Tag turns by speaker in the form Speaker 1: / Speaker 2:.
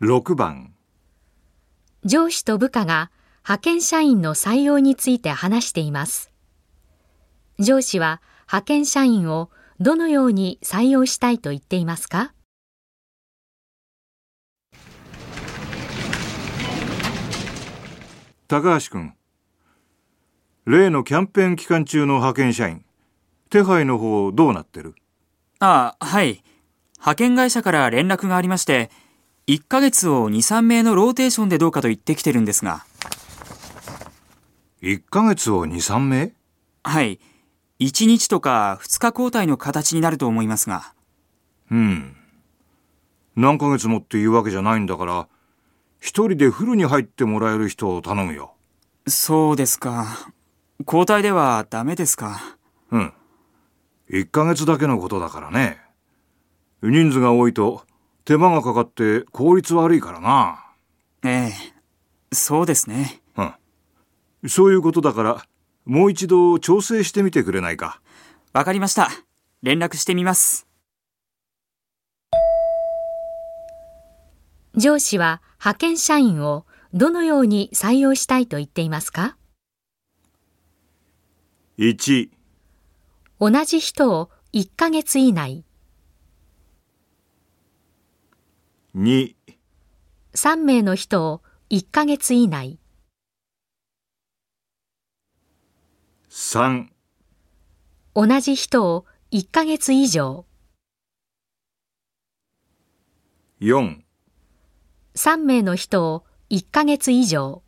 Speaker 1: 6番
Speaker 2: 上司と部下が派遣社員の採用について話しています。上司は派遣社員をどのように採用したいと言っていますか
Speaker 1: 高橋君例のキャンペーン期間中の派遣社員手配の方どうなってる
Speaker 3: ああ、はい。派遣会社から連絡がありまして、1ヶ月を2、3名のローテーションでどうかと言ってきてるんですが。
Speaker 1: 1ヶ月を2、3名
Speaker 3: はい。1日とか2日交代の形になると思いますが。
Speaker 1: うん。何ヶ月もっていうわけじゃないんだから、一人でフルに入ってもらえる人を頼むよ。
Speaker 3: そうですか。交代ではダメですか。
Speaker 1: うん。1ヶ月だけのことだからね。人数が多いと手間がかかって効率悪いからな。
Speaker 3: ええ、そうですね。
Speaker 1: うん。そういうことだから、もう一度調整してみてくれないか。
Speaker 3: わかりました。連絡してみます。
Speaker 2: 上司は派遣社員をどのように採用したいと言っていますか
Speaker 1: ?1
Speaker 2: 同じ人を1ヶ月以内。
Speaker 1: 2
Speaker 2: 3名の人を1ヶ月以内。
Speaker 1: 3
Speaker 2: 同じ人を1ヶ月以上。
Speaker 1: 4
Speaker 2: 3名の人を1ヶ月以上。